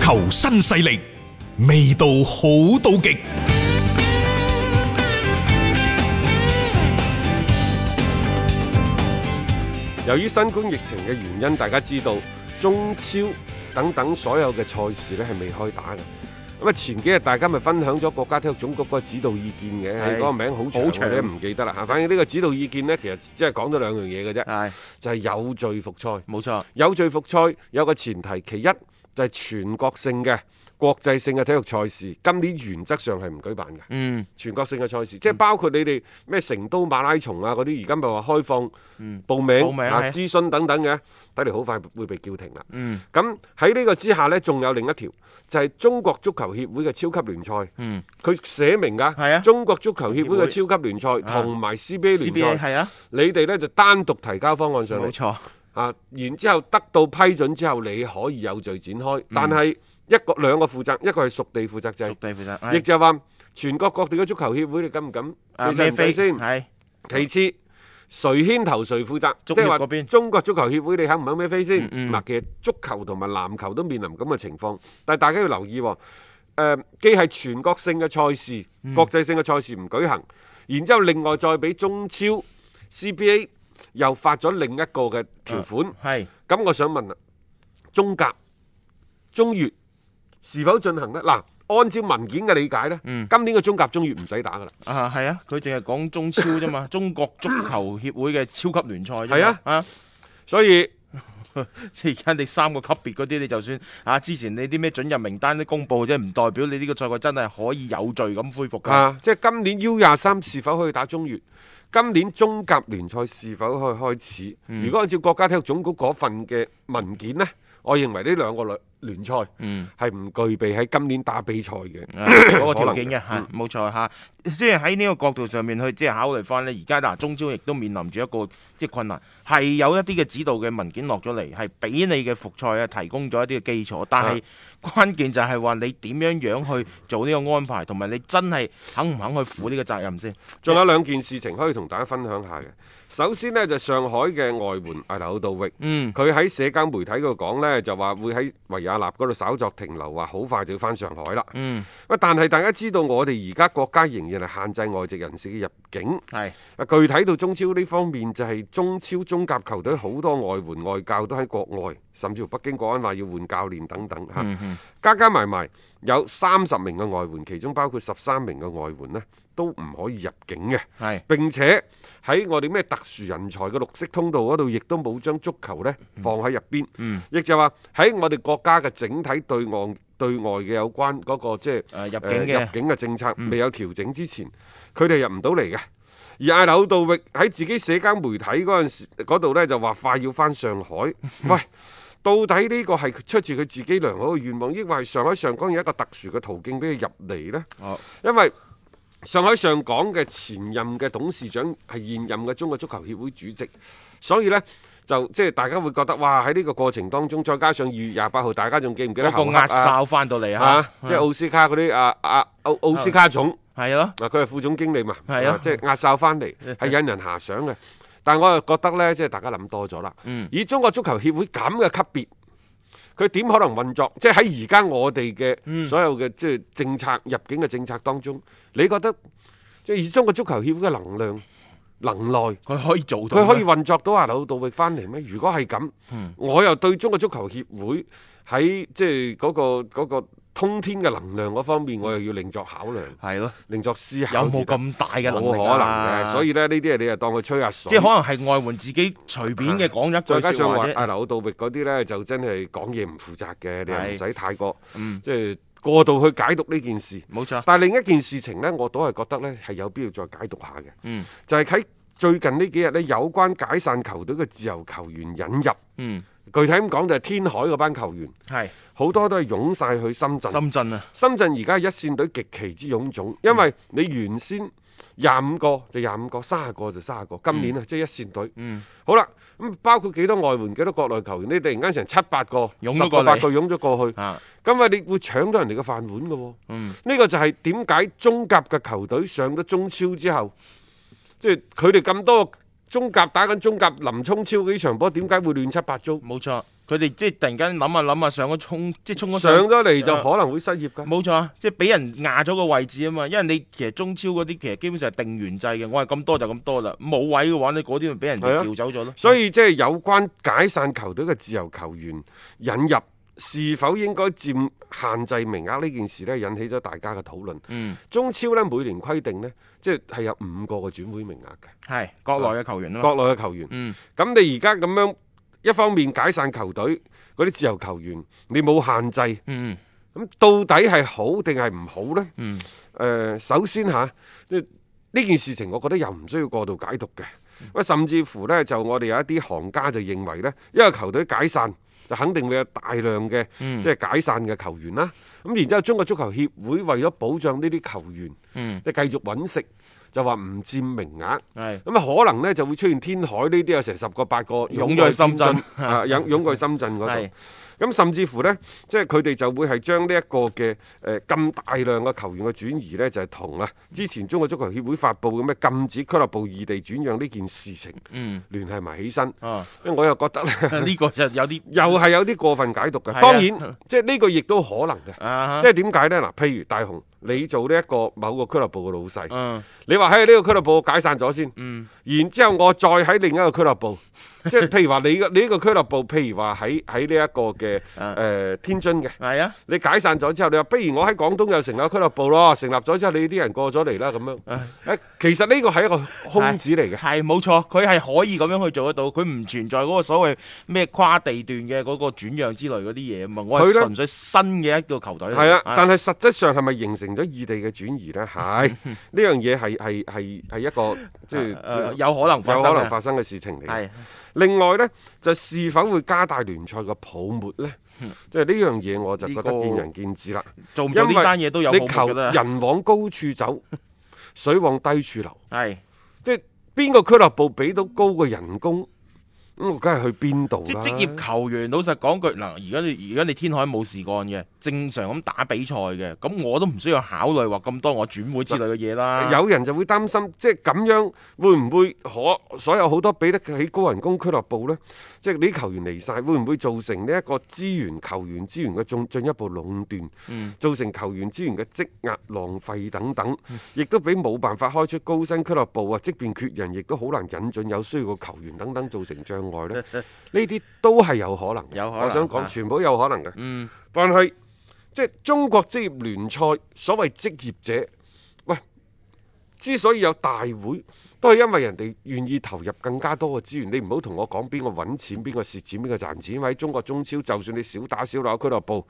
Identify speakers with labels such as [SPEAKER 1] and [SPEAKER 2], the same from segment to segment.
[SPEAKER 1] 球新勢力，味道好到極。
[SPEAKER 2] 由於新冠疫情嘅原因，大家知道中超等等所有嘅賽事呢係未開打嘅。咁啊，前幾日大家咪分享咗國家體育總局嗰個指導意見嘅，
[SPEAKER 3] 係
[SPEAKER 2] 嗰個名好長，
[SPEAKER 3] 好
[SPEAKER 2] 我
[SPEAKER 3] 長
[SPEAKER 2] 哋都唔記得啦嚇。反正呢個指導意見呢，其實即係講咗兩樣嘢嘅啫，
[SPEAKER 3] 係
[SPEAKER 2] 就係有序復賽。
[SPEAKER 3] 冇錯，
[SPEAKER 2] 有序復賽有個前提，其一就係全國性嘅國際性嘅體育賽事，今年原則上係唔舉辦嘅。
[SPEAKER 3] 嗯，
[SPEAKER 2] 全國性嘅賽事，即係包括你哋咩成都馬拉松啊嗰啲，而家咪話開放報名、
[SPEAKER 3] 報名
[SPEAKER 2] 啊
[SPEAKER 3] 係
[SPEAKER 2] 諮詢等等嘅，睇嚟好快會被叫停啦。
[SPEAKER 3] 嗯，
[SPEAKER 2] 咁喺呢個之下呢，仲有另一條就係、中國足球協會嘅超級聯賽，
[SPEAKER 3] 嗯，
[SPEAKER 2] 佢寫明㗎，
[SPEAKER 3] 係啊
[SPEAKER 2] 中國足球協會嘅
[SPEAKER 3] 協
[SPEAKER 2] 超級聯賽同埋 CBA 聯
[SPEAKER 3] CBA
[SPEAKER 2] 賽，
[SPEAKER 3] 係啊，
[SPEAKER 2] 你哋呢就單獨提交方案上嚟
[SPEAKER 3] 冇。錯，
[SPEAKER 2] 啊，然之後得到批准之後，你可以有序展開，但係一個兩個負責，一個係屬地負責制
[SPEAKER 3] 屬，地負責，
[SPEAKER 2] 亦
[SPEAKER 3] 係
[SPEAKER 2] 就係話全國各地嘅足球協會，你敢唔敢
[SPEAKER 3] 啊
[SPEAKER 2] 你制唔制先？
[SPEAKER 3] 係
[SPEAKER 2] 其次，誰牽頭誰負責？即
[SPEAKER 3] 足協
[SPEAKER 2] 係話
[SPEAKER 3] 嗰邊
[SPEAKER 2] 中國足球協會，你肯唔肯孭飛先？嗱、
[SPEAKER 3] 嗯嗯
[SPEAKER 2] 其實足球同埋籃球都面臨咁嘅情況，但係大家要留意喎、呃既係全國性嘅賽事、
[SPEAKER 3] 嗯
[SPEAKER 2] 國際性嘅賽事唔舉行，然之後另外再俾中超 CBA 又發咗另一個嘅條款。
[SPEAKER 3] 係
[SPEAKER 2] 咁我想問啦，啊中甲、中乙是否進行呢？嗱，按照文件嘅理解呢，
[SPEAKER 3] 嗯
[SPEAKER 2] 今年嘅中甲、中乙唔使打噶啦。
[SPEAKER 3] 啊係啊，佢淨係講中超啫 嘛，中國足球協會嘅超級聯賽啫嘛
[SPEAKER 2] 係啊
[SPEAKER 3] 啊，
[SPEAKER 2] 所以
[SPEAKER 3] 即係而家你三個級別嗰啲，你就算啊之前你啲咩准入名單都公佈啫，唔代表你呢個賽季真係可以有序咁恢復㗎。
[SPEAKER 2] 啊，即係今年 U 廿三是否可以打中乙？今年中甲聯賽是否可以開始？
[SPEAKER 3] 嗯
[SPEAKER 2] 如果按照國家體育總局嗰份嘅文件呢，我認為呢兩個聯聯賽
[SPEAKER 3] 嗯。
[SPEAKER 2] 係唔具備喺今年打比賽嘅。
[SPEAKER 3] 啊嗰個
[SPEAKER 2] 可能
[SPEAKER 3] 條件嘅嗯嚇，冇錯嚇，即係喺呢個角度上面去即係考慮翻呢。而家嗱，中超亦都面臨住一個即係困難，係有一啲嘅指導嘅文件落咗嚟，係俾你嘅復賽啊提供咗一啲嘅基礎，但係關鍵就係話你點樣樣去做呢個安排，同埋你真係肯唔肯去負呢個責任先。
[SPEAKER 2] 仲有兩件事情可以同大家分享下嘅。首先呢，就上海嘅外援啊阿劉道域，
[SPEAKER 3] 嗯，
[SPEAKER 2] 佢喺社交媒體嗰度講呢，就話會喺維也納嗰度稍作停留，話好快就要翻上海啦。
[SPEAKER 3] 嗯，
[SPEAKER 2] 喂，但係大家知道我哋而家國家仍然係限制外籍人士嘅入境。
[SPEAKER 3] 係
[SPEAKER 2] 啊，具體到中超呢方面，就係、中超中甲球隊好多外援外教都喺國外，甚至乎北京國安話要換教練等等嚇。
[SPEAKER 3] 嗯
[SPEAKER 2] 加加埋埋有三十名嘅外援，其中包括十三名嘅外援呢，都唔可以入境嘅。
[SPEAKER 3] 係
[SPEAKER 2] 並且喺我哋咩特殊人才嘅綠色通道嗰度，亦都冇將足球呢放喺入邊。
[SPEAKER 3] 嗯
[SPEAKER 2] 亦就話喺我哋國家嘅整體對岸對外嘅有關嗰、個即係、
[SPEAKER 3] 誒入
[SPEAKER 2] 呃
[SPEAKER 3] 境嘅嗯
[SPEAKER 2] 入境嘅政策未有調整之前，佢哋入唔到嚟嘅。而阿柳道域喺自己社交媒體嗰陣時嗰度呢，就話快要翻上海。 喂，到底呢個係出自佢自己良好嘅願望，抑或係上海上港有一個特殊嘅途徑俾佢入嚟呢？
[SPEAKER 3] 哦
[SPEAKER 2] 因為上海上港嘅前任嘅董事長係現任嘅中國足球協會主席，所以呢，就即係大家會覺得哇喺呢個過程當中，再加上二月廿八號，大家仲記唔記得侯
[SPEAKER 3] 嗰個
[SPEAKER 2] 克
[SPEAKER 3] 壓
[SPEAKER 2] 啊？
[SPEAKER 3] 哨翻到嚟嚇
[SPEAKER 2] 啊，，即係奧斯卡嗰啲啊啊奧奧斯卡總
[SPEAKER 3] 係咯，
[SPEAKER 2] 嗱，佢係副總經理嘛，
[SPEAKER 3] 係啊
[SPEAKER 2] 即係壓哨翻嚟係引人遐想嘅。但我又覺得呢，即係大家諗多咗啦。
[SPEAKER 3] 嗯
[SPEAKER 2] 以中國足球協會咁嘅級別，佢點可能運作？即係喺而家我哋嘅所有嘅即係政策入境嘅政策當中，你覺得即係以中國足球協會嘅能量、能耐，
[SPEAKER 3] 佢可以做到，
[SPEAKER 2] 佢可以運作到阿柳道域翻嚟咩？如果係咁，
[SPEAKER 3] 嗯
[SPEAKER 2] 我又對中國足球協會喺即係嗰、個嗰個通天嘅能量嗰方面，我又要另作考量、
[SPEAKER 3] 係咯，
[SPEAKER 2] 另作思
[SPEAKER 3] 有
[SPEAKER 2] 考先得。
[SPEAKER 3] 冇咁大嘅能
[SPEAKER 2] 冇
[SPEAKER 3] 力
[SPEAKER 2] 可能
[SPEAKER 3] 啊
[SPEAKER 2] 嘅，所以咧呢啲嘢你就當佢吹下水，
[SPEAKER 3] 即係可能係外援自己隨便嘅講
[SPEAKER 2] 再
[SPEAKER 3] 一
[SPEAKER 2] 加
[SPEAKER 3] 句
[SPEAKER 2] 上
[SPEAKER 3] 説話
[SPEAKER 2] 話啊
[SPEAKER 3] 啫。
[SPEAKER 2] 阿劉道域嗰啲呢，就真係講嘢唔負責嘅，你又唔
[SPEAKER 3] 係
[SPEAKER 2] 使太過
[SPEAKER 3] 嗯
[SPEAKER 2] 即係過度去解讀呢件事。
[SPEAKER 3] 冇錯，
[SPEAKER 2] 但係另一件事情呢，我都係覺得呢係有必要再解讀下嘅。
[SPEAKER 3] 嗯
[SPEAKER 2] 就係喺最近呢幾日呢，有關解散球隊嘅自由球員引入，
[SPEAKER 3] 嗯，
[SPEAKER 2] 具體咁講就係天海嗰班球員，
[SPEAKER 3] 係
[SPEAKER 2] 好多都係湧晒去深圳。
[SPEAKER 3] 深圳啊，
[SPEAKER 2] 深圳而家一線隊極其之臃腫，因
[SPEAKER 3] 嗯
[SPEAKER 2] 為你原先廿五個就廿五個，三十個就三十個，今年啊即係一線隊。
[SPEAKER 3] 嗯，
[SPEAKER 2] 好啦，咁包括幾多外援、幾多國內球員，你突然間成七八個、
[SPEAKER 3] 湧咗
[SPEAKER 2] 十
[SPEAKER 3] 過
[SPEAKER 2] 個
[SPEAKER 3] 嚟
[SPEAKER 2] 八個湧咗過去，
[SPEAKER 3] 啊，
[SPEAKER 2] 咁啊你會搶到人哋嘅飯碗嘅喎。
[SPEAKER 3] 嗯，
[SPEAKER 2] 呢個就係點解中甲嘅球隊上咗中超之後，即係
[SPEAKER 3] 嗯
[SPEAKER 2] 佢哋咁多中甲打緊中甲林沖超嗰啲場波，點解會亂七八糟？
[SPEAKER 3] 冇錯，佢哋即係突然間諗下諗下上咗衝，即係啊衝咗
[SPEAKER 2] 上咗嚟就可能會失業㗎。
[SPEAKER 3] 冇錯啊，即係俾人壓咗個位置啊嘛，因為你其實中超嗰啲其實基本上係定員制嘅，我係咁多就咁多啦，冇位嘅話你嗰啲咪俾人
[SPEAKER 2] 係
[SPEAKER 3] 哋
[SPEAKER 2] 啊
[SPEAKER 3] 調走咗咯。
[SPEAKER 2] 所以即係有關解散球隊嘅自由球員引入是否應該佔限制名額呢件事呢，引起咗大家嘅討論。
[SPEAKER 3] 嗯，
[SPEAKER 2] 中超呢，每年規定呢，即係係有五個嘅轉會名額
[SPEAKER 3] 係國內嘅球員啊
[SPEAKER 2] 嘅，
[SPEAKER 3] 嘛，
[SPEAKER 2] 國內嘅球員。咁、
[SPEAKER 3] 嗯
[SPEAKER 2] 你而家咁樣一方面解散球隊嗰啲自由球員，你冇限制。
[SPEAKER 3] 嗯
[SPEAKER 2] 咁到底係好定係唔好呢？誒、
[SPEAKER 3] 嗯
[SPEAKER 2] 首先吓，即係呢件事情，我覺得又唔需要過度解讀嘅。
[SPEAKER 3] 嗯
[SPEAKER 2] 喂，甚至乎呢，就我哋有一啲行家就認為呢，因為球隊解散，就肯定會有大量嘅、
[SPEAKER 3] 嗯
[SPEAKER 2] 即係解散嘅球員啦。咁然之後，中國足球協會為咗保障呢啲球員，
[SPEAKER 3] 嗯
[SPEAKER 2] 即係繼續揾食，就話唔佔名額。
[SPEAKER 3] 係
[SPEAKER 2] 咁啊，可能呢就會出現天海呢啲有啊成十個八個
[SPEAKER 3] 湧咗去深圳
[SPEAKER 2] 湧過啊， 湧湧過去深圳嗰
[SPEAKER 3] 係
[SPEAKER 2] 度。咁甚至乎呢，即係佢哋就會係將呢一個嘅誒咁大量嘅球員嘅轉移呢，就係同啊
[SPEAKER 3] 嗯
[SPEAKER 2] 之前中國足球協會發布嘅咩禁止俱樂部異地轉讓呢件事情
[SPEAKER 3] 嗯
[SPEAKER 2] 聯繫埋起身。
[SPEAKER 3] 哦，
[SPEAKER 2] 因為我又覺得 呢，
[SPEAKER 3] 呢個就有啲
[SPEAKER 2] 又係有啲啊過分解讀
[SPEAKER 3] 係
[SPEAKER 2] 嘅。
[SPEAKER 3] 啊
[SPEAKER 2] 當 然，即係呢個亦都可能嘅。
[SPEAKER 3] 啊
[SPEAKER 2] 即
[SPEAKER 3] 即
[SPEAKER 2] 係點解呢？嗱，譬如大雄，你做呢一個某個俱樂部嘅老細，
[SPEAKER 3] 嗯
[SPEAKER 2] 你話喺呢個俱樂部解散咗先。
[SPEAKER 3] 嗯
[SPEAKER 2] 然之後我再喺另一個俱樂部， 即係譬如話你個你呢個俱樂部，譬如話喺喺呢一個嘅誒、
[SPEAKER 3] 啊
[SPEAKER 2] 呃天津嘅，
[SPEAKER 3] 係啊
[SPEAKER 2] 你解散咗之後，你話不如我喺廣東又成立個俱樂部咯，成立咗之後你啲人過咗嚟啦咁樣。
[SPEAKER 3] 啊
[SPEAKER 2] 誒，其實呢個係一個空子嚟嘅。
[SPEAKER 3] 係冇錯，佢係可以咁樣去做得到，佢唔存在嗰個所謂咩跨地段嘅嗰個轉讓之類嗰啲嘢啊嘛，我
[SPEAKER 2] 佢
[SPEAKER 3] 係
[SPEAKER 2] 呢
[SPEAKER 3] 純粹新嘅一個球隊嚟嘅。
[SPEAKER 2] 係啊，但係實質上係咪形成咗異地嘅轉移呢？ 係呢樣嘢係係係係一個即係
[SPEAKER 3] 誒啊有可能發
[SPEAKER 2] 有
[SPEAKER 3] 生
[SPEAKER 2] 可能
[SPEAKER 3] 嘅
[SPEAKER 2] 發生嘅事情嚟嘅。
[SPEAKER 3] 係
[SPEAKER 2] 另外呢，就是否會加大聯賽嘅泡沫呢？即係呢樣嘢我就覺得
[SPEAKER 3] 嗯呢個
[SPEAKER 2] 見仁見智啦。
[SPEAKER 3] 做唔
[SPEAKER 2] 因
[SPEAKER 3] 到
[SPEAKER 2] 為
[SPEAKER 3] 呢單嘢都有
[SPEAKER 2] 你
[SPEAKER 3] 報
[SPEAKER 2] 求
[SPEAKER 3] 復啦。
[SPEAKER 2] 人往高處走， 水往低處流。
[SPEAKER 3] 係。
[SPEAKER 2] 即係邊個俱樂部俾到高嘅人工，咁我梗係去邊度
[SPEAKER 3] 即係
[SPEAKER 2] 啦。
[SPEAKER 3] 職業球員，老實講句嗱，而家你而家你天海冇事幹嘅，正常咁打比賽嘅，咁我都唔需要考慮話咁多我轉會之類嘅嘢啦。
[SPEAKER 2] 有人就會擔心，即係咁樣會唔會可所有好多俾得起高人工俱樂部呢？即係你啲球員離晒，會唔會造成呢一個資源球員資源嘅進進一步壟斷，
[SPEAKER 3] 嗯
[SPEAKER 2] 造成球員資源嘅積壓浪費等等，亦都俾冇辦法開出高薪俱樂部啊，即便缺人，亦都好難引進有需要嘅球員等等，造成障礙 呢。呢啲都係有可能嘅，
[SPEAKER 3] 有可能
[SPEAKER 2] 我想
[SPEAKER 3] 啊
[SPEAKER 2] 講全部都有可能嘅。
[SPEAKER 3] 嗯，
[SPEAKER 2] 但係即係中國職業聯賽所謂職業者，喂，之所以有大會，都係因為人哋願意投入更加多嘅資源。你唔好同我講邊個揾錢，邊個蝕錢，邊個賺錢。喺中國中超，就算你少打少鬧俱樂部，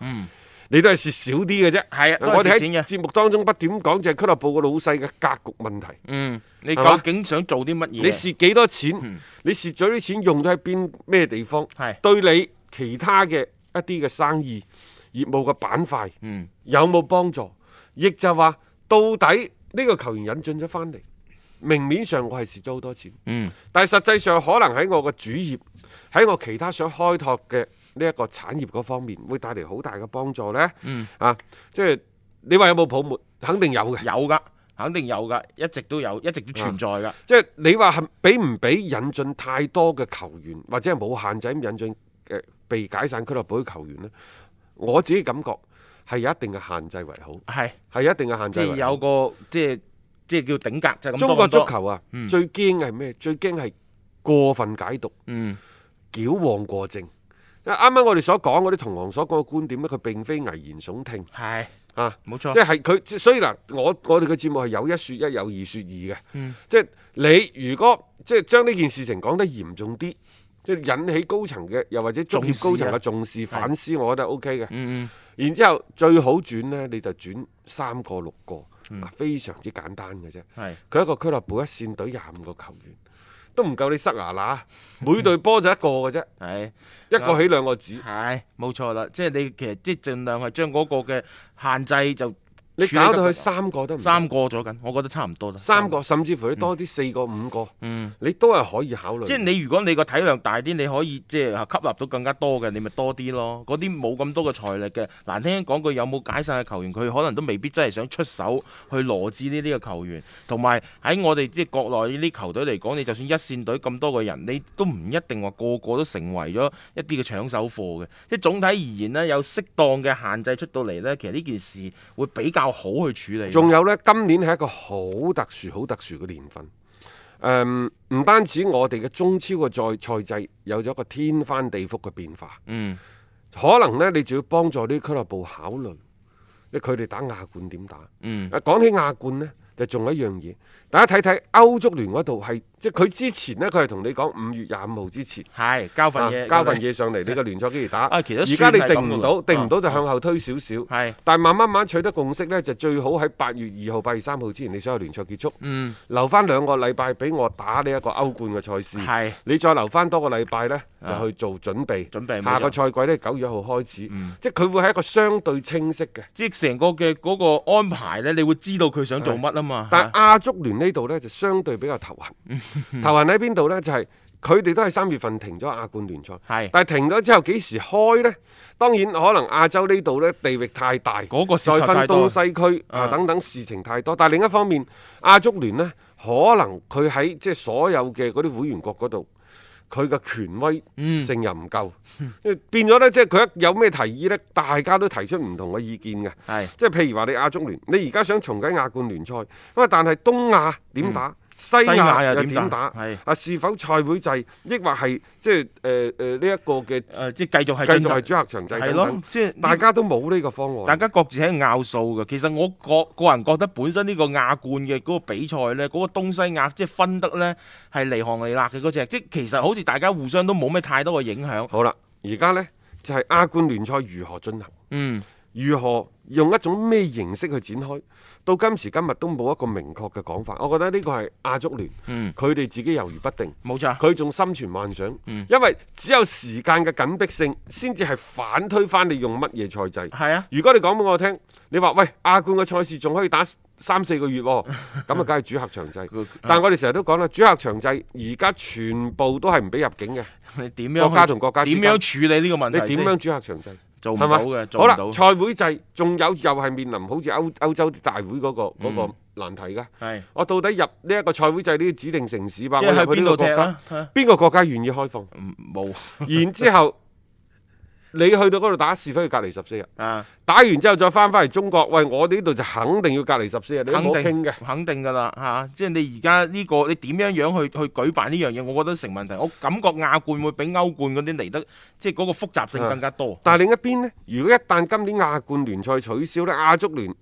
[SPEAKER 2] 你都係蝕少啲嘅啫。
[SPEAKER 3] 係啊，嗯都
[SPEAKER 2] 我
[SPEAKER 3] 係
[SPEAKER 2] 哋
[SPEAKER 3] 蝕錢
[SPEAKER 2] 喺
[SPEAKER 3] 嘅。
[SPEAKER 2] 節目當中不斷講就係俱樂部嘅老細嘅格局問題。
[SPEAKER 3] 嗯，你
[SPEAKER 2] 係嘛
[SPEAKER 3] 究竟想做啲乜嘢？
[SPEAKER 2] 你蝕幾多錢？
[SPEAKER 3] 嗯
[SPEAKER 2] 你蝕咗啲錢用咗喺邊咩地方？
[SPEAKER 3] 係
[SPEAKER 2] 對你其他嘅一啲嘅生意業務嘅板塊，
[SPEAKER 3] 嗯
[SPEAKER 2] 有冇幫助？亦就話到底呢個球員引進咗翻嚟，明面上我係蝕咗好多錢，
[SPEAKER 3] 嗯
[SPEAKER 2] 但係實際上可能喺我嘅主業，喺我其他想開拓嘅呢一個產業嗰方面，會帶嚟好大嘅幫助呢。
[SPEAKER 3] 嗯
[SPEAKER 2] 啊，即係你話有冇泡沫？肯定有嘅。
[SPEAKER 3] 有噶，肯定有噶，一直都有，一直都存在噶。
[SPEAKER 2] 即係你話係俾唔俾引進太多嘅球員，或者係冇限制咁引進嘅被解散俱樂部嘅球員呢？我自己感覺係有一定嘅限制為好，
[SPEAKER 3] 係，
[SPEAKER 2] 係有一定嘅限
[SPEAKER 3] 即
[SPEAKER 2] 制
[SPEAKER 3] 係
[SPEAKER 2] 啊為好
[SPEAKER 3] 有。個即係即係叫頂格，就係咁多
[SPEAKER 2] 中國
[SPEAKER 3] 咁多
[SPEAKER 2] 足，球啊，
[SPEAKER 3] 嗯
[SPEAKER 2] 最驚係咩？最驚係過分解讀、
[SPEAKER 3] 嗯
[SPEAKER 2] 矯枉過正。因為啱啱我哋所講嗰啲同行所講嘅觀點呢，佢並非危言聳聽
[SPEAKER 3] 係
[SPEAKER 2] 啊。
[SPEAKER 3] 冇錯
[SPEAKER 2] 即。係佢，所以嗱，我我哋嘅節目係有一説一，有二説二嘅。
[SPEAKER 3] 嗯
[SPEAKER 2] 即係你如果即係將呢件事情講得嚴重啲，即係引起高層嘅，又或者足協
[SPEAKER 3] 啊
[SPEAKER 2] 高層嘅重視反思，我覺得 O K 嘅。
[SPEAKER 3] 嗯
[SPEAKER 2] 然之後最好轉呢，你就轉三個六個，啊非常之簡單嘅啫。
[SPEAKER 3] 嗯，
[SPEAKER 2] 佢一個俱樂部一線隊廿五個球員，都唔夠你塞牙罅，每隊波就一個嘅啫，
[SPEAKER 3] 係係。
[SPEAKER 2] 一個起兩個止。
[SPEAKER 3] 係冇錯啦，即係你其實即係盡量係將嗰個嘅限制就
[SPEAKER 2] 你
[SPEAKER 3] 處理得
[SPEAKER 2] 搞到佢
[SPEAKER 3] 過
[SPEAKER 2] 三個都唔得
[SPEAKER 3] 三個咗緊，我覺得差唔多啦。
[SPEAKER 2] 三個，甚至乎你多啲四個五個，
[SPEAKER 3] 嗯，
[SPEAKER 2] 你都係可以考慮。
[SPEAKER 3] 即係你如果你個體量大啲，你可以即係吸納到更加多嘅，你咪多啲咯。嗰啲冇咁多嘅財力嘅，難聽講句有冇解散嘅球員，佢可能都未必真係想出手去羅致呢啲嘅球員。同埋喺我哋即係國內呢啲球隊嚟講，你就算一線隊咁多個人，你都唔一定話個個都成為咗一啲嘅搶手貨嘅。即係總體而言呢，有適當嘅限制出到嚟呢，其實呢件事會比較好去處理。
[SPEAKER 2] 仲有呢，今年係一個好特殊、好特殊嘅年份。誒、嗯唔單止我哋嘅中超嘅賽賽制有咗一個天翻地覆嘅變化，
[SPEAKER 3] 嗯
[SPEAKER 2] 可能呢，你仲要幫助啲俱樂部考慮，即係佢哋打亞冠點打。
[SPEAKER 3] 嗯
[SPEAKER 2] 啊，講起亞冠呢，就仲有一樣嘢，大家睇睇歐足聯嗰度係，即係佢之前呢，佢係同你講五月廿五號之前。
[SPEAKER 3] 係交份
[SPEAKER 2] 啊
[SPEAKER 3] 嘢，
[SPEAKER 2] 交份嘢上嚟，你個聯賽幾時打？
[SPEAKER 3] 啊其實
[SPEAKER 2] 而家
[SPEAKER 3] 算係
[SPEAKER 2] 你
[SPEAKER 3] 咁啊
[SPEAKER 2] 定唔
[SPEAKER 3] 㗎
[SPEAKER 2] 到，
[SPEAKER 3] 啦
[SPEAKER 2] 定唔到就向後推少少。
[SPEAKER 3] 係
[SPEAKER 2] 但慢慢慢取得共識呢，就最好喺八月二號、八月三號之前，你所有聯賽結束，
[SPEAKER 3] 嗯
[SPEAKER 2] 留翻兩個禮拜俾我打呢一個歐冠嘅賽事。
[SPEAKER 3] 係。
[SPEAKER 2] 你再留翻多個禮拜呢，
[SPEAKER 3] 啊
[SPEAKER 2] 就去做準備。
[SPEAKER 3] 準備冇
[SPEAKER 2] 下個
[SPEAKER 3] 錯嗯
[SPEAKER 2] 賽季呢，九月一號開始，即係佢會係一個相對清晰嘅。
[SPEAKER 3] 即係成個嘅嗰個安排呢，你會知道佢想做乜啊嘛。
[SPEAKER 2] 但係亞足聯呢度呢，就相對比較頭痕。
[SPEAKER 3] 嗯
[SPEAKER 2] 頭痕喺邊度呢？就係佢哋都係三月份停咗亞冠聯賽。
[SPEAKER 3] 係
[SPEAKER 2] 但係停咗之後幾時開呢？當然可能亞洲呢度呢地域太大，
[SPEAKER 3] 嗰個涉
[SPEAKER 2] 再
[SPEAKER 3] 及
[SPEAKER 2] 分
[SPEAKER 3] 太
[SPEAKER 2] 東
[SPEAKER 3] 多
[SPEAKER 2] 西區啊
[SPEAKER 3] 啊
[SPEAKER 2] 等等事情太多。但係另一方面，亞足聯呢，可能佢喺即係所有嘅嗰啲會員國嗰度。佢嘅權威
[SPEAKER 3] 嗯
[SPEAKER 2] 性又唔夠，變咗呢，即係佢一有咩提議呢，大家都提出唔同嘅意見嘅。
[SPEAKER 3] 係
[SPEAKER 2] 即係譬如話你亞足聯，你而家想重啟亞冠聯賽，咁啊但係東亞點打，西
[SPEAKER 3] 嗯西亞
[SPEAKER 2] 亞
[SPEAKER 3] 又
[SPEAKER 2] 又
[SPEAKER 3] 點
[SPEAKER 2] 點
[SPEAKER 3] 打
[SPEAKER 2] 打？
[SPEAKER 3] 係
[SPEAKER 2] 啊，是否賽會制，抑或係即係誒誒呢一個嘅
[SPEAKER 3] 誒、即係繼續係
[SPEAKER 2] 繼
[SPEAKER 3] 進
[SPEAKER 2] 續係
[SPEAKER 3] 入
[SPEAKER 2] 主客場制
[SPEAKER 3] 係
[SPEAKER 2] 等
[SPEAKER 3] 咯
[SPEAKER 2] 等，，
[SPEAKER 3] 即係
[SPEAKER 2] 大
[SPEAKER 3] 大家
[SPEAKER 2] 家都冇呢個方案。
[SPEAKER 3] 大家各自喺度拗數嘅。其實我個個人覺得本身呢個亞冠嘅嗰個比賽呢，嗰、個東西亞即係分得呢係離行離辣嘅嗰只，即係其實好似大家互相都冇咩太多嘅影響。
[SPEAKER 2] 好啦，而家呢，就係亞冠聯賽如何進行，
[SPEAKER 3] 嗯，
[SPEAKER 2] 如何用一種咩形式去展開，到今時今日都冇一個明確嘅講法。我覺得呢個係亞足聯，
[SPEAKER 3] 嗯
[SPEAKER 2] 佢哋自己猶豫不定。
[SPEAKER 3] 冇錯。
[SPEAKER 2] 佢仲心存幻想，
[SPEAKER 3] 嗯
[SPEAKER 2] 因為只有時間嘅緊迫性，先至係反推翻你用乜嘢賽制。
[SPEAKER 3] 係啊，
[SPEAKER 2] 如果你講俾我聽，你話喂亞冠嘅賽事仲可以打三四個月喎、 咁啊梗係主客場制。但係我哋成日都講啦，主客場制而家全部都係唔俾入境嘅，
[SPEAKER 3] 你點樣去
[SPEAKER 2] 國家同國家之
[SPEAKER 3] 點
[SPEAKER 2] 間
[SPEAKER 3] 樣處理呢個問題先？
[SPEAKER 2] 你點樣主客場制？
[SPEAKER 3] 做
[SPEAKER 2] 係
[SPEAKER 3] 唔到
[SPEAKER 2] 咪
[SPEAKER 3] 嘅？？做
[SPEAKER 2] 好
[SPEAKER 3] 唔
[SPEAKER 2] 啦
[SPEAKER 3] 到，。
[SPEAKER 2] 賽會制仲有又係面臨好似歐歐洲大會嗰、個
[SPEAKER 3] 嗯
[SPEAKER 2] 嗰、個難題㗎。
[SPEAKER 3] 係
[SPEAKER 2] 我到底入呢一個賽會制呢啲指定城市吧？
[SPEAKER 3] 即
[SPEAKER 2] 我
[SPEAKER 3] 係喺
[SPEAKER 2] 入去
[SPEAKER 3] 邊
[SPEAKER 2] 呢個
[SPEAKER 3] 度踢
[SPEAKER 2] 國家
[SPEAKER 3] 啊？？嚇
[SPEAKER 2] 邊個國家願意開放？
[SPEAKER 3] 嗯冇
[SPEAKER 2] 然之後你去到嗰度打是非要隔離十四日，
[SPEAKER 3] 啊，
[SPEAKER 2] 打完之後再翻返嚟中國，喂，我哋呢度就肯定要隔離十四日，你都
[SPEAKER 3] 肯
[SPEAKER 2] 冇得傾
[SPEAKER 3] 定
[SPEAKER 2] 嘅。
[SPEAKER 3] 肯定㗎啦嚇！即係你而家呢個你點樣樣去去舉辦呢樣嘢，我覺得成問題。我感覺亞冠會比歐冠嗰啲嚟得，即係嗰個複雜性
[SPEAKER 2] 啊
[SPEAKER 3] 更加多。
[SPEAKER 2] 但係另一邊呢，如果一旦今年亞冠聯賽取消呢，亞足聯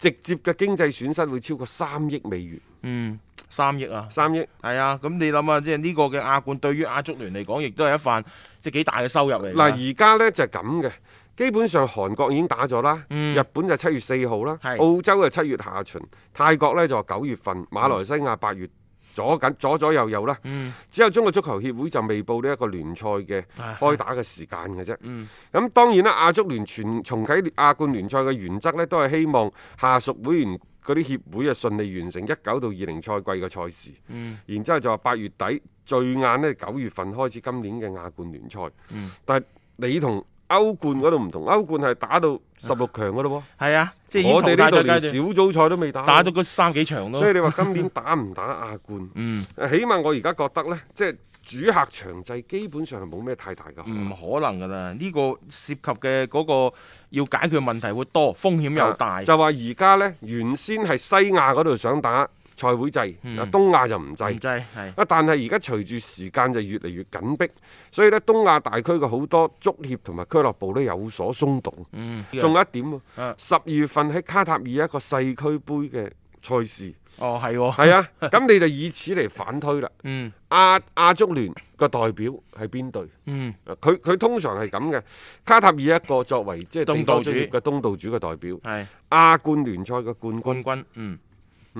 [SPEAKER 2] 直接嘅經濟損失會超過三億美元，
[SPEAKER 3] 嗯，三億啊，
[SPEAKER 2] 三億。
[SPEAKER 3] 係啊，咁你諗下，即係呢個嘅亞冠對於亞足聯嚟講，亦都係一份即係幾大嘅收入嚟㗎。
[SPEAKER 2] 嗱，而家呢就係咁嘅，基本上韓國已經打咗啦，
[SPEAKER 3] 嗯
[SPEAKER 2] 日本就七月四號啦，
[SPEAKER 3] 係
[SPEAKER 2] 澳洲就七月下旬，泰國呢就話九月份，馬來西亞八月。左緊左左右右啦，
[SPEAKER 3] 嗯
[SPEAKER 2] 只有中國足球協會就未報呢一個聯賽嘅
[SPEAKER 3] 唉
[SPEAKER 2] 開打嘅時間嘅啫。
[SPEAKER 3] 啊嗯
[SPEAKER 2] 咁當然啦，亞足聯全重啟亞冠聯賽嘅原則呢，都係希望下屬會員嗰啲協會啊順利完成一九到二零賽季嘅賽事，
[SPEAKER 3] 嗯
[SPEAKER 2] 然之後就話八月底最晏呢九月份開始今年嘅亞冠聯賽。
[SPEAKER 3] 嗯
[SPEAKER 2] 但係你同歐冠嗰度唔同，歐冠係打到十六強噶咯
[SPEAKER 3] 係啊，即係已
[SPEAKER 2] 喎，
[SPEAKER 3] 經
[SPEAKER 2] 我哋呢
[SPEAKER 3] 淘
[SPEAKER 2] 度
[SPEAKER 3] 汰咗
[SPEAKER 2] 連
[SPEAKER 3] 階
[SPEAKER 2] 小
[SPEAKER 3] 段
[SPEAKER 2] 組賽都未打，
[SPEAKER 3] 打咗嗰三幾場咯
[SPEAKER 2] 所以。你話今年打唔打亞冠？
[SPEAKER 3] 嗯，
[SPEAKER 2] 起碼我而家覺得呢，即係主客場制基本上係冇咩太大嘅可能。
[SPEAKER 3] 唔可能㗎啦，呢個涉及嘅嗰個要解決問題會多，風險又大
[SPEAKER 2] 啊。就話而家呢，原先係西亞嗰度想打賽會制，
[SPEAKER 3] 嗯
[SPEAKER 2] 啊東亞就唔制。
[SPEAKER 3] 唔制嗯係。
[SPEAKER 2] 啊！但係而家隨住時間就越嚟越緊迫，所以呢，東亞大區嘅好多足協同埋俱樂部呢有所鬆動。
[SPEAKER 3] 嗯，
[SPEAKER 2] 仲有一點喎
[SPEAKER 3] 啊，
[SPEAKER 2] 十二月份喺卡塔爾一個世俱杯嘅賽 事，
[SPEAKER 3] 哦係喎，
[SPEAKER 2] 係啊，咁你就以此嚟反推啦。
[SPEAKER 3] 嗯
[SPEAKER 2] 亞亞足聯個代表係邊隊？
[SPEAKER 3] 嗯
[SPEAKER 2] 啊佢佢通常係咁嘅，卡塔爾一個作為即係
[SPEAKER 3] 東
[SPEAKER 2] 地方
[SPEAKER 3] 道主
[SPEAKER 2] 足協嘅東道主嘅代表，
[SPEAKER 3] 係
[SPEAKER 2] 亞冠聯賽嘅冠軍。
[SPEAKER 3] 冠軍，嗯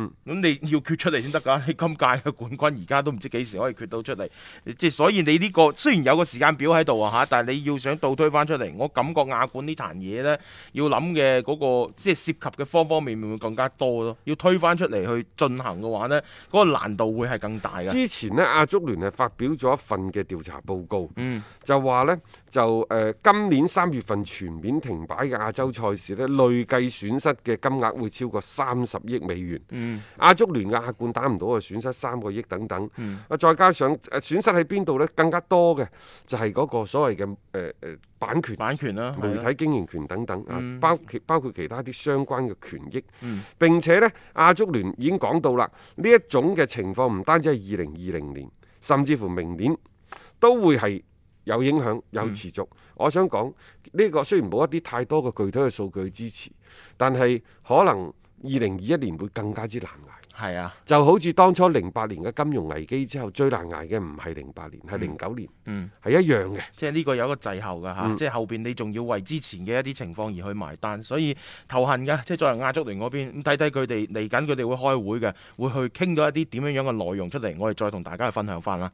[SPEAKER 2] 嗯，
[SPEAKER 3] 咁你要決出嚟先得㗎。你 今屆嘅冠軍而家都唔知幾時可以決到出嚟，即係所以你呢、個雖然有個時間表喺度啊嚇，但係你要想倒推翻出嚟，我感覺亞冠呢壇嘢呢，要諗嘅嗰個即係涉及嘅方方面面會更加多咯。要推翻出嚟去進行嘅話呢，嗰、個難度會係啊更大嘅。
[SPEAKER 2] 之前呢，亞足聯係發表咗一份嘅調查報告，
[SPEAKER 3] 嗯
[SPEAKER 2] 就話呢，就誒、呃今年三月份全面停擺嘅亞洲賽事呢，累計損失嘅金額會超過三十億美元。
[SPEAKER 3] 嗯
[SPEAKER 2] 亞足聯嘅亞冠打唔到啊，損失三個億等等。啊、
[SPEAKER 3] 嗯
[SPEAKER 2] 再加上誒損失喺邊度呢？更加多嘅就係嗰個所謂嘅誒誒版權。
[SPEAKER 3] 版權啦，
[SPEAKER 2] 媒
[SPEAKER 3] 係啦
[SPEAKER 2] 體經營權等等啊
[SPEAKER 3] 嗯，
[SPEAKER 2] 包其包括其他啲相關嘅權益
[SPEAKER 3] 嗯，
[SPEAKER 2] 並且呢，亞足聯已經講到啦，呢一種嘅情況唔單止係二零二零年，甚至乎明年都會係有影響、有持
[SPEAKER 3] 嗯
[SPEAKER 2] 續。我想講呢個雖然冇一啲太多嘅具體嘅數據支持，但係可能二零二一年會更加之難捱。
[SPEAKER 3] 係啊，
[SPEAKER 2] 就好似當初零八年嘅金融危機之後，最難捱嘅唔係零八年，係零九年，
[SPEAKER 3] 嗯。
[SPEAKER 2] 係一樣嘅。
[SPEAKER 3] 即係呢個有一個滯後㗎嚇，
[SPEAKER 2] 嗯
[SPEAKER 3] 即係後邊你仲要為之前嘅一啲情況而去埋單，所以頭痕㗎。即係作為亞足聯嗰邊，咁睇睇佢哋嚟緊，佢哋會開會嘅，會去傾到一啲點樣樣嘅內容出嚟，我哋再同大家去分享翻啦。